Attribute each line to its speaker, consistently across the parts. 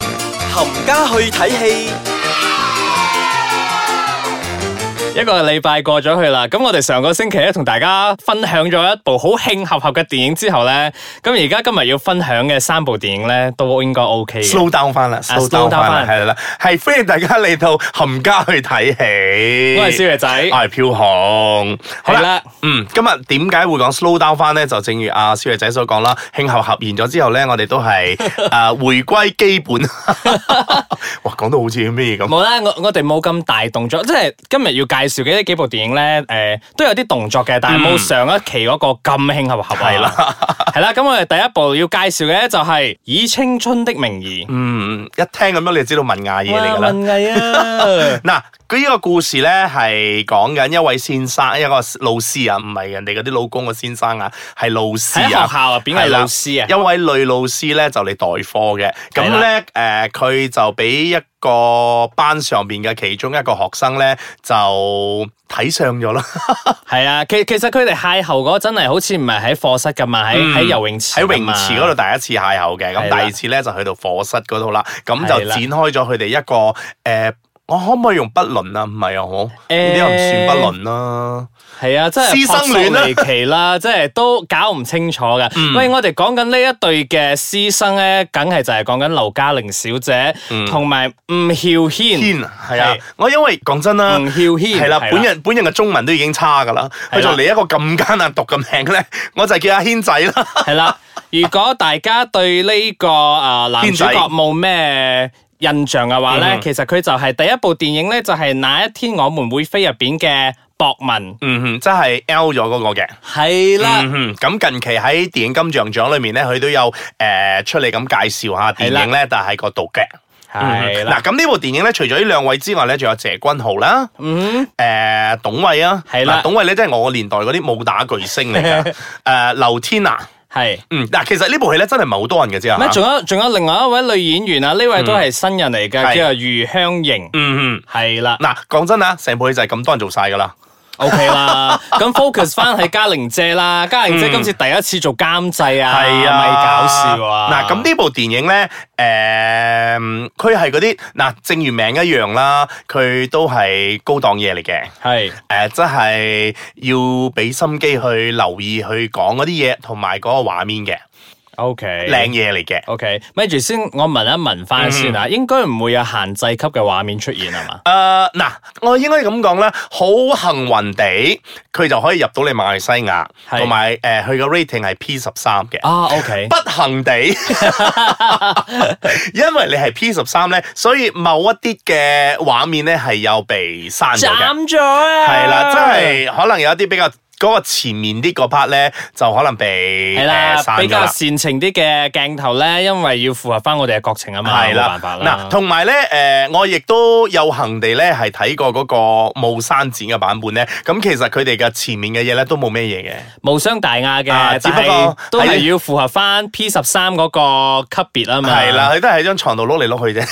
Speaker 1: 冚家去睇戲，
Speaker 2: 一個禮拜過咗去啦，咁我哋上個星期咧同大家分享咗一部好慶合合嘅電影之後咧，咁而家今日要分享嘅三部電影咧都應該 OK 嘅。
Speaker 3: slow down 翻啦，slow
Speaker 2: slow down
Speaker 3: down 翻啦，
Speaker 2: 返
Speaker 3: 係啦，係歡迎大家嚟到冚家去睇戲。
Speaker 2: 我係少爺仔，
Speaker 3: 我係飄紅。好
Speaker 2: 係
Speaker 3: 啦，
Speaker 2: 啦，
Speaker 3: 嗯，今日點解會講 slow down 翻咧？就正如阿少爺仔所講啦，慶後合完咗之後咧，我哋都 係誒回歸基本。 哇，講到好似咩咁。
Speaker 2: 冇啦，我我哋冇咁大動作，即係今日要介紹嘅呢幾部電影咧，誒、都有啲動作嘅，但係冇上一期嗰個咁慶合合嗯啊。係啦， 係啦，咁我哋第一部要介紹嘅咧就係、以青春的名義》
Speaker 3: 嗯，一聽咁樣你就知道文雅嘢嚟㗎
Speaker 2: 哇，
Speaker 3: 啦。！
Speaker 2: 文藝 啊
Speaker 3: 嗱，佢呢個故事咧係講緊一位先生，一個老師啊，唔係人哋嗰啲老公嘅先生啊，係老師
Speaker 2: 喺
Speaker 3: 啊，
Speaker 2: 學校入邊嘅老師啊
Speaker 3: 一位女老師咧就嚟代課嘅，
Speaker 2: 係
Speaker 3: 咁
Speaker 2: 啦
Speaker 3: 咧誒佢就俾一個班上邊嘅其中一個學生咧就睇上咗啦，
Speaker 2: 係啊，其其實佢哋邂逅嗰真係好似唔係喺課室噶嘛，喺喺、游泳池
Speaker 3: 嗯喺
Speaker 2: 㗎
Speaker 3: 泳
Speaker 2: 嘛
Speaker 3: 池嗰度第一次邂逅嘅，
Speaker 2: 啊係
Speaker 3: 咁
Speaker 2: 啦
Speaker 3: 第二次咧就去到課室嗰度啦，咁就
Speaker 2: 係啦
Speaker 3: 展開咗佢哋一個誒。呃我可唔可以用不倫啊？唔係啊，我呢啲唔算不倫啦。
Speaker 2: 係啊，真係
Speaker 3: 師生戀嗯啦
Speaker 2: 撲朔離奇啦， 即係都搞唔清楚嘅。喂，我哋講緊呢一對嘅師生咧，梗係就係講緊劉嘉玲小姐
Speaker 3: 嗯
Speaker 2: 同埋吳曉軒。
Speaker 3: 天係啊
Speaker 2: 係！
Speaker 3: 我因為講真啦，
Speaker 2: 吳曉軒
Speaker 3: 係啦，
Speaker 2: 係啦
Speaker 3: 本人本人嘅中文都已經差㗎啦，
Speaker 2: 係啦
Speaker 3: 佢仲嚟一個咁艱難讀嘅名咧，我就叫阿軒仔啦。
Speaker 2: 係 啦，如果大家對呢、個啊、男主角冇咩印象嘅話咧，
Speaker 3: 嗯
Speaker 2: 其實佢就係第一部電影咧，就係、那一天我們會飛入邊嘅博文。
Speaker 3: 嗯哼，即係 L 咗嗰個嘅。
Speaker 2: 係啦。
Speaker 3: 嗯哼，咁近期喺電影金像獎裏面咧，佢都有誒、呃出嚟咁介紹下電影咧，但係個讀嘅。嗯
Speaker 2: 係啦
Speaker 3: 嗱，咁呢部電影咧，除咗呢兩位之外咧，仲有謝君豪啦，
Speaker 2: 嗯，
Speaker 3: 誒董偉啊，
Speaker 2: 係啦
Speaker 3: 嗱董偉咧，即係我個年代嗰啲武打巨星 嚟㗎，誒劉天啊，
Speaker 2: 係。
Speaker 3: 嗯，嗱，其實呢部戲咧真係唔係好多人嘅啫
Speaker 2: 咩？
Speaker 3: 嚇
Speaker 2: 仲有仲有另外一位女演員啊，呢位都係新人嚟嘅，
Speaker 3: 嗯係
Speaker 2: 叫做余香凝，
Speaker 3: 嗯嗯。
Speaker 2: 係啦
Speaker 3: 嗱，講真啦，成部戲就係咁多人做晒㗎啦。
Speaker 2: ，OK 啦。咁 focus 翻喺嘉玲姐啦，嘉玲姐今次第一次做監製啊，
Speaker 3: 嗯係啊，
Speaker 2: 咪搞笑啊！
Speaker 3: 嗱，咁呢部電影咧，誒、佢係嗰啲嗱，正如名一樣啦，佢都係高檔嘢嚟嘅。
Speaker 2: 係
Speaker 3: 誒、即係要俾心機去留意去講嗰啲嘢，同埋嗰個畫面嘅
Speaker 2: OK
Speaker 3: 靚。嗯嘢嚟嘅。誒、
Speaker 2: OK，咪住先，我問一問翻先啊，應該唔會有限制級嘅畫面出現係 嘛？
Speaker 3: 嗱，我應該咁講啦，好幸運地，佢就可以入到你馬來西亞，
Speaker 2: 係
Speaker 3: 同埋誒佢個 rating 係 P 十三嘅。
Speaker 2: 啊，OK，
Speaker 3: 不幸地， 因為你係 P 十三咧，所以某一啲嘅畫面咧係有被刪咗嘅，
Speaker 2: 斬咗啊！
Speaker 3: 係啦，真係可能有一啲比較嗰、個前面啲嗰 part 咧，就可能被
Speaker 2: 係啦
Speaker 3: 誒，刪
Speaker 2: 比
Speaker 3: 咗
Speaker 2: 較
Speaker 3: 啦。
Speaker 2: 煽情啲嘅鏡頭咧，因為要符合翻我哋嘅國情啊嘛，冇
Speaker 3: 係啦
Speaker 2: 辦，法啦。
Speaker 3: 嗱，同埋咧，誒、我亦都有幸地咧，係睇過嗰個冇刪剪嘅版本咧。咁其實佢哋嘅前面嘅嘢咧，都冇咩嘢嘅。
Speaker 2: 無傷大雅嘅，
Speaker 3: 啊
Speaker 2: 但
Speaker 3: 只不過
Speaker 2: 係都係
Speaker 3: 係
Speaker 2: 要符合翻 P 十三嗰個級別啊嘛。
Speaker 3: 係啦，，佢都係喺張床度碌嚟碌去啫。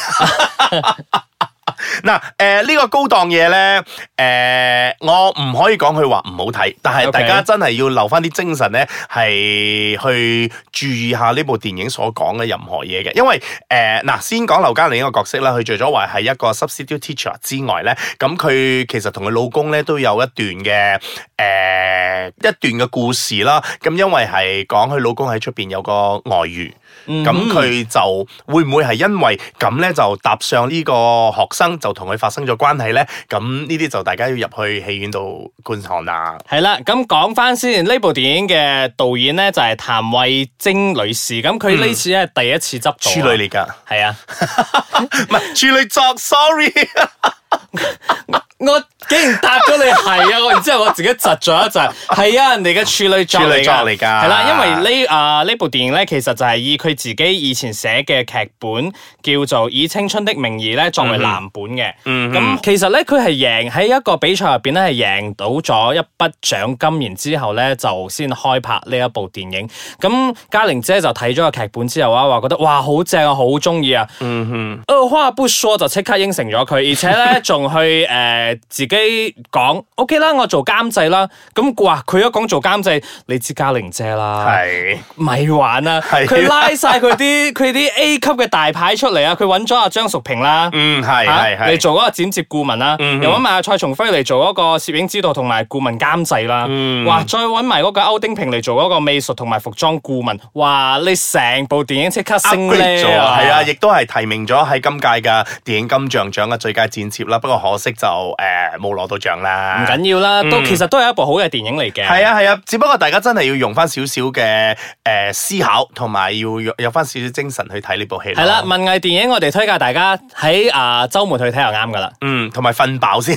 Speaker 3: 嗱，誒呢個高檔嘢咧，誒、我唔可以講佢話唔好睇，但係
Speaker 2: OK
Speaker 3: 大家真係要留翻啲精神咧，係去注意下呢部電影所講嘅任何嘢嘅，因為誒嗱、先講劉嘉玲呢個角色啦，佢除咗話係一個 substitute teacher 之外咧，咁佢其實同佢老公咧都有一段嘅誒、一段嘅故事啦，咁因為係講佢老公喺出邊有個外遇。
Speaker 2: 嗯
Speaker 3: 咁佢就會唔會係因為咁咧就搭上呢個學生就同佢發生咗關係咧？咁呢啲就大家要入去戲院度觀看啦。
Speaker 2: 係啦。咁講翻先，呢部電影嘅導演咧就係譚慧晶女士。咁佢呢次咧係第一次執導啊
Speaker 3: 嗯處女嚟㗎，
Speaker 2: 係啊！
Speaker 3: 唔係處女作，sorry。
Speaker 2: 我竟然答咗你係啊！我然之後我自己窒咗一陣，係啊，人哋嘅處女作
Speaker 3: 處
Speaker 2: 嚟
Speaker 3: 女作
Speaker 2: 㗎，
Speaker 3: 嚟㗎
Speaker 2: 係啦，因為呢啊呢部電影咧，其實就係以佢自己以前寫嘅劇本叫做《以青春的名義》咧作為藍本嘅。
Speaker 3: 嗯
Speaker 2: 咁、其實咧佢係贏喺一個比賽入邊咧係贏到咗一筆獎金，然之後咧就先開拍呢一部電影。咁嘉玲姐就睇咗個劇本之後啊，話覺得哇好正啊，好中 意啊！二話不說就即刻應承咗佢，而且咧仲去誒、呃自己己講 OK 啦，我做監製啦。咁哇，佢一講做監製，你知嘉玲姐啦，
Speaker 3: 係
Speaker 2: 咪玩啦，
Speaker 3: 係啦
Speaker 2: 佢拉晒佢啲 佢啲 A 級嘅大牌出嚟啊！佢揾咗阿張淑平啦。
Speaker 3: 嗯係
Speaker 2: 啊
Speaker 3: 係係
Speaker 2: 你做嗰個剪接顧問啦，
Speaker 3: 嗯
Speaker 2: 又揾埋阿蔡松輝嚟做嗰個攝影指導同埋顧問監製啦，
Speaker 3: 嗯
Speaker 2: 哇！再揾埋嗰個歐丁平嚟做嗰個美術同埋服裝顧問，哇！你成部電影即刻升
Speaker 3: upgrade 咗
Speaker 2: 咧
Speaker 3: 啊，係啊，亦都係提名咗喺今屆嘅電影金像獎嘅最佳剪接啦。不過可惜就誒冇攞到獎
Speaker 2: 唔
Speaker 3: 啦。
Speaker 2: 緊要啦，都其實都係一部好嘅電影嚟嘅，
Speaker 3: 啊嗯係啊係啊，只不過大家真係要用翻少少嘅誒思考，同埋要有有翻少少精神去睇呢部戲咯。
Speaker 2: 係啦，文藝電影我哋推介大家喺啊週末去睇就啱噶 啦。
Speaker 3: 嗯，同埋瞓飽先。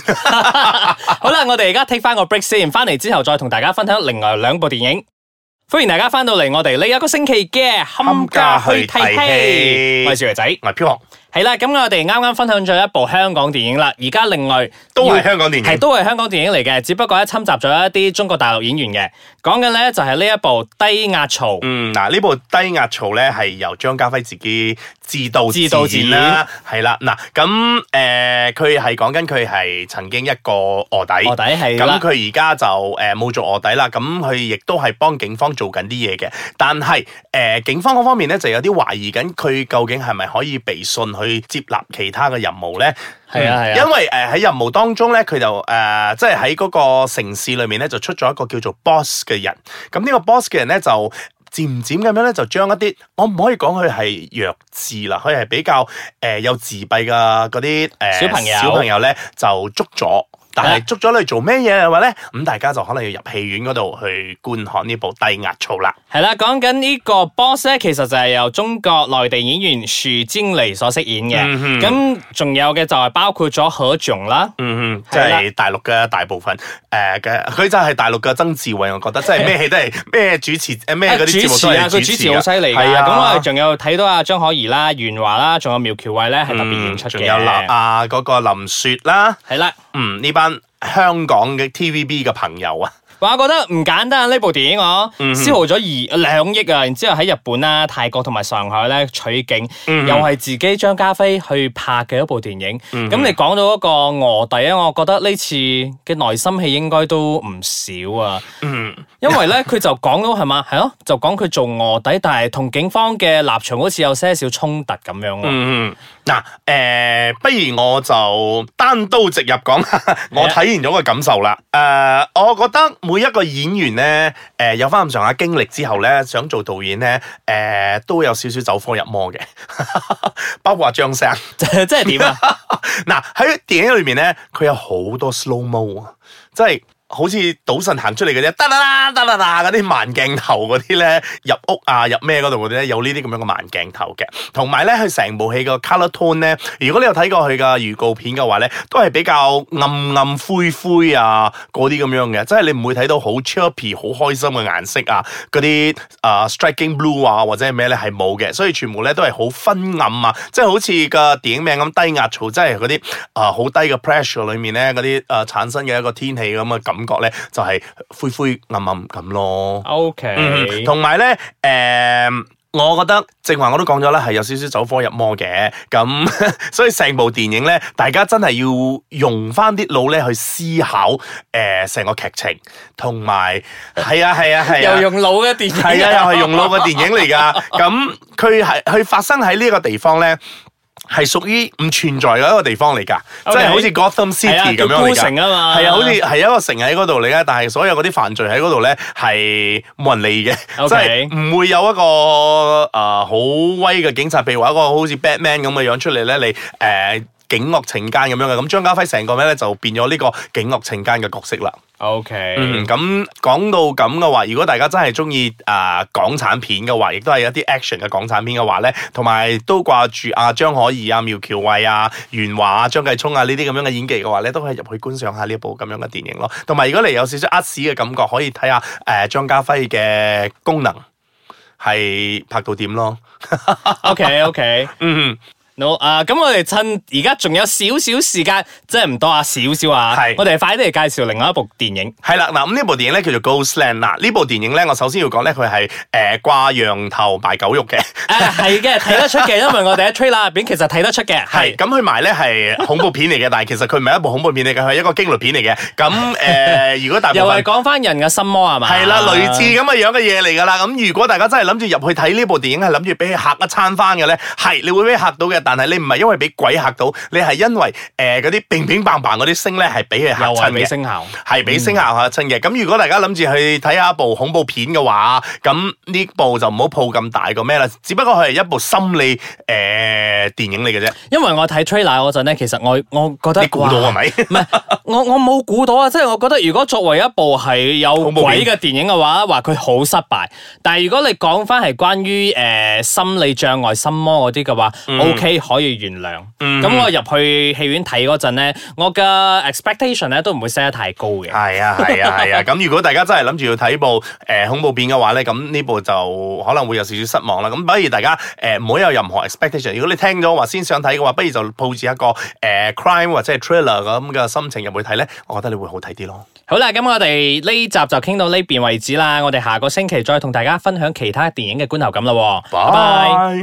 Speaker 2: 好啦，我哋而家 take 翻個 break 先，翻嚟之後再同大家分享另外兩部電影。歡迎大家翻到嚟我哋呢一個星期嘅冚家去睇戲，我係小肥仔。
Speaker 3: 唔係飄紅，
Speaker 2: 係啦，咁我哋啱啱分享咗一部香港電影啦，而家另外
Speaker 3: 都
Speaker 2: 要
Speaker 3: 係香港電
Speaker 2: 係
Speaker 3: 影。
Speaker 2: 都係香港電影嚟嘅，只不過咧侵襲咗一啲中國大陸演員嘅。講緊咧就係呢一部低壓槽。
Speaker 3: 嗯，嗱呢部低壓槽咧係由張家輝自己自導
Speaker 2: 自導自
Speaker 3: 演啦，係啦，嗱咁誒佢係講緊佢係曾經一個卧底，
Speaker 2: 卧底係啦
Speaker 3: 咁佢而家就誒冇做卧底啦，咁佢亦都係幫警方做緊啲嘢嘅，但係誒、呃警方嗰方面咧就有啲懷疑緊佢究竟係咪可以被信去接納其他嘅任務咧？
Speaker 2: 係啊係啊
Speaker 3: 因為誒喺、任務當中咧，佢就誒、呃即係喺嗰個城市裏面咧就出咗一個叫做 boss 嘅人，咁呢個 boss 嘅人咧就。漸漸咁樣咧，就將一啲我唔可以講佢係弱智啦，佢係比較誒、呃有自閉嘅嗰啲誒
Speaker 2: 小朋友
Speaker 3: 小朋友咧就捉咗，但
Speaker 2: 係啊
Speaker 3: 係捉咗你做咩嘢嘅話咧，咁大家就可能要入戲院嗰度去觀看呢部低壓槽啦。
Speaker 2: 係啦，講緊呢個 boss 咧，其實就係由中國內地演員徐晶妮所飾演嘅。
Speaker 3: 嗯
Speaker 2: 咁仲、有嘅就係包括咗何炅啦。
Speaker 3: 嗯嗯，即
Speaker 2: 係啦
Speaker 3: 係大陸嘅大部分誒嘅，佢就係大陸嘅曾志偉，我覺得即係咩戲 都係咩主持誒咩嗰啲節目
Speaker 2: 持
Speaker 3: 都
Speaker 2: 啊，
Speaker 3: 係
Speaker 2: 佢主持好犀利㗎。
Speaker 3: 係啊
Speaker 2: 咁我哋仲有睇到啊張可怡啦、袁華啦，仲有苗僑偉咧係特別演出嘅。
Speaker 3: 嗯仲有林啊嗰個林雪啦，
Speaker 2: 係啦。
Speaker 3: 嗯呢班香港嘅 TVB 嘅朋友啊，
Speaker 2: 哇我覺得唔簡單呢部電影我消耗咗二兩億啊，然之後喺日本啦、泰國同埋上海咧取景，又係自己張家輝去拍嘅一部電影。咁你講到嗰個卧底啊，我覺得呢次嘅內心戲應該都唔少啊，
Speaker 3: 嗯
Speaker 2: 因為咧佢就講到係嘛，係咯，就講佢做卧底，但係同警方嘅立場好似有些少衝突咁樣喎。
Speaker 3: 嗯嗯，嗱誒，不如我就單刀直入講， 我睇完咗個感受啦。誒，我覺得每一個演員咧，誒有翻咁上下經歷之後咧，想做導演咧，誒都有少少走火入魔嘅， 包括阿張生。
Speaker 2: 即係點啊？
Speaker 3: 嗱喺電影裏面咧，佢有好多 slow mo 啊，即係好似賭神行出嚟嗰啲，得啦啦得啦啦嗰啲慢鏡頭嗰啲咧，入屋啊入咩嗰度嗰啲咧，有呢啲咁樣嘅慢鏡頭嘅。同埋咧，佢成部戲個 colour tone 咧，如果你有睇過佢嘅預告片嘅話咧，都係比較暗暗灰灰啊嗰啲咁樣嘅，即係你唔會睇到好 chirpy 好開心嘅顏色啊，嗰啲啊 striking blue 啊或者係咩咧係冇嘅，所以全部咧都係好昏暗啊，即係好似個電影名咁低壓槽，即係嗰啲啊好低嘅 pressure 裏面咧嗰啲啊產生嘅一個天氣咁嘅感覺咧，就係灰灰暗暗咁咯。
Speaker 2: O K，
Speaker 3: 嗯，同埋咧，誒、我覺得正話我都講咗啦，係有少少走火入魔嘅，咁 所以成部電影咧，大家真係要用翻啲腦咧去思考誒成、個劇情，同埋係啊係啊係
Speaker 2: 又。
Speaker 3: 啊
Speaker 2: 用腦嘅電影，
Speaker 3: 係啊，又係用腦嘅電影 嚟㗎。咁佢係佢發生喺呢個地方咧，係屬於唔存在嘅一個地方嚟㗎，
Speaker 2: OK
Speaker 3: 即係好似 Gotham
Speaker 2: 係啊
Speaker 3: City
Speaker 2: 叫
Speaker 3: 咁樣嚟
Speaker 2: 孤城
Speaker 3: 㗎。
Speaker 2: 啊嘛
Speaker 3: 係啊，好似係一個城喺嗰度嚟㗎，但係所有嗰啲犯罪喺嗰度咧係冇人理嘅，即
Speaker 2: OK
Speaker 3: 係唔會有一個啊好威嘅警察，譬如話一個好似 Batman 咁嘅樣出嚟咧，你誒。呃警惡懲奸咁樣嘅，咁張家輝成個咩咧就變咗呢個警惡懲奸嘅角色啦。
Speaker 2: O K，
Speaker 3: 嗯，咁講到咁嘅話，如果大家真係中意啊港產片嘅話，亦都係一啲 action 嘅港產片嘅話咧，同埋都掛住啊張可怡啊、苗僑偉啊、袁華啊、張繼聰啊呢啲咁樣嘅演技嘅話咧，都可以入去觀賞下呢一部咁樣嘅電影咯。同埋如果你有少少呃屎嘅感覺，可以睇下誒張家輝嘅功能係拍到點咯。
Speaker 2: O K，O K。
Speaker 3: 嗯，
Speaker 2: Nói chung là, trong bộ phim này, tôi thấy có một cái cảm giác rất là đặc biệt Đó là, khi tôi xem bộ phim này, tôi cảm thấy rất là đặc biệt Đó là, khi tôi xem bộ phim này, tôi cảm thấy rất là đặc biệt Đó là, khi tôi xem bộ phim này, tôi cảm thấy rất là đặc biệt Đó là, khi tôi xem bộ phim này, tôi cảm thấy rất là đặc biệt Đó là, khi tôi xem bộ phim này, tôi cảm thấy rất là đặc biệt Đó là, khi tôi xem bộ phim này, tôi cảm thấy rất là đặc biệt Đó là, khi tôi xem bộ phim này, tôi cảm thấy rất là đặc biệt Đó là, khi tôi xem bộ phim này, tôi cảm thấy rất là đặc biệt Đó là, khi tôi xem bộ phim này, tôi cảm thấy rất là đặc biệt Đó là, khi tôi xem bộ phim này, tôi cảm thấy rất là đặc biệt Đó là, khi tôi xem bộ phim này, tôi cảm thấy rất là đặc biệt Đó là, khi tôi xem bộ phim này, tôi cảm thấy rất là đặc biệt Đó là, khi tôi xem bộ phim này, tôi cảm thấy rất là đặc biệt Đó là, khi tôi xem bộ phim này, tôi cảm thấy rất là đặc biệt Đó là, khi tôi xem bộ phim này, tôi cảm thấy rất là đặc biệt Đó là, khi tôi xem bộ phim này, tôi cảm thấy rất là đặc biệt Đó là, khi tôi xem bộ phim này, tôi cảm thấy rất là đặc biệt Đó là, khi tôi xem bộ no 啊，咁我哋趁而家仲有少少時間，真係唔多啊，少少啊
Speaker 3: 係，
Speaker 2: 我哋快啲嚟介紹另外一部電影。
Speaker 3: 係啦，嗱咁呢部電影咧叫做《Ghostland》嗱，呢部電影咧，我首先要講咧，佢係诶掛羊頭賣狗肉嘅，
Speaker 2: 诶，啊係 嘅，睇得出嘅，因為我哋喺 trailer 入边其實睇得出嘅，係
Speaker 3: 係咁佢賣咧係恐怖片嚟嘅， 但係其實佢唔係一部恐怖片嚟嘅，佢係一個驚慄片嚟嘅。 咁诶，誒如果大部
Speaker 2: 又係
Speaker 3: 分
Speaker 2: 講翻人嘅心魔係啊嘛？
Speaker 3: 係啦，類似咁嘅樣嘅嘢嚟㗎啦。咁如果大家真係諗住入去睇呢部電影，係諗住俾佢嚇一餐翻嘅咧，係你會俾佢嚇到嘅。但係你唔係因為俾鬼嚇到，你係因為诶嗰啲乒乒乓乓嗰啲聲咧係俾佢嚇
Speaker 2: 又係
Speaker 3: 親
Speaker 2: 美
Speaker 3: 嘅。
Speaker 2: 聲效。
Speaker 3: 係俾星下下親嘅，咁如果大家諗住去睇下一部恐怖片嘅話，咁呢部就唔好抱咁大個咩啦，只不過佢係一部心理诶、呃、电影嚟嘅啫，
Speaker 2: 因為我睇 trailer 嗰陣咧，其實我我覺得
Speaker 3: 你估到
Speaker 2: 哇
Speaker 3: 啊係咪？
Speaker 2: 唔係，我我冇估到啊！即係我覺得，如果作為一部係有
Speaker 3: 恐怖
Speaker 2: 鬼
Speaker 3: 片
Speaker 2: 嘅電影嘅話，話佢好失敗。但係如果你講翻係關於誒、呃心理障礙、心魔嗰啲嘅話、o
Speaker 3: 嗯
Speaker 2: k 可以原諒。咁、我入去戲院睇嗰陣咧，我嘅 expectation 咧都唔會 set 得太高嘅。
Speaker 3: 係啊係啊係啊，咁、如果大家真係諗住要睇部诶、呃恐怖片嘅話咧，咁呢部就可能會有少少失望啦。咁不如大家诶唔好有任何 expectation，如果你聽咗話先想睇嘅話，不如就抱住一個诶、呃 crime 或者係 thriller 咁嘅心情入去睇咧，我覺得你會好睇啲咯。
Speaker 2: 好啦，咁我哋呢集就傾到呢邊為止啦。我哋下個星期再同大家分享其他電影嘅觀後感啦喎。拜拜。
Speaker 3: 拜。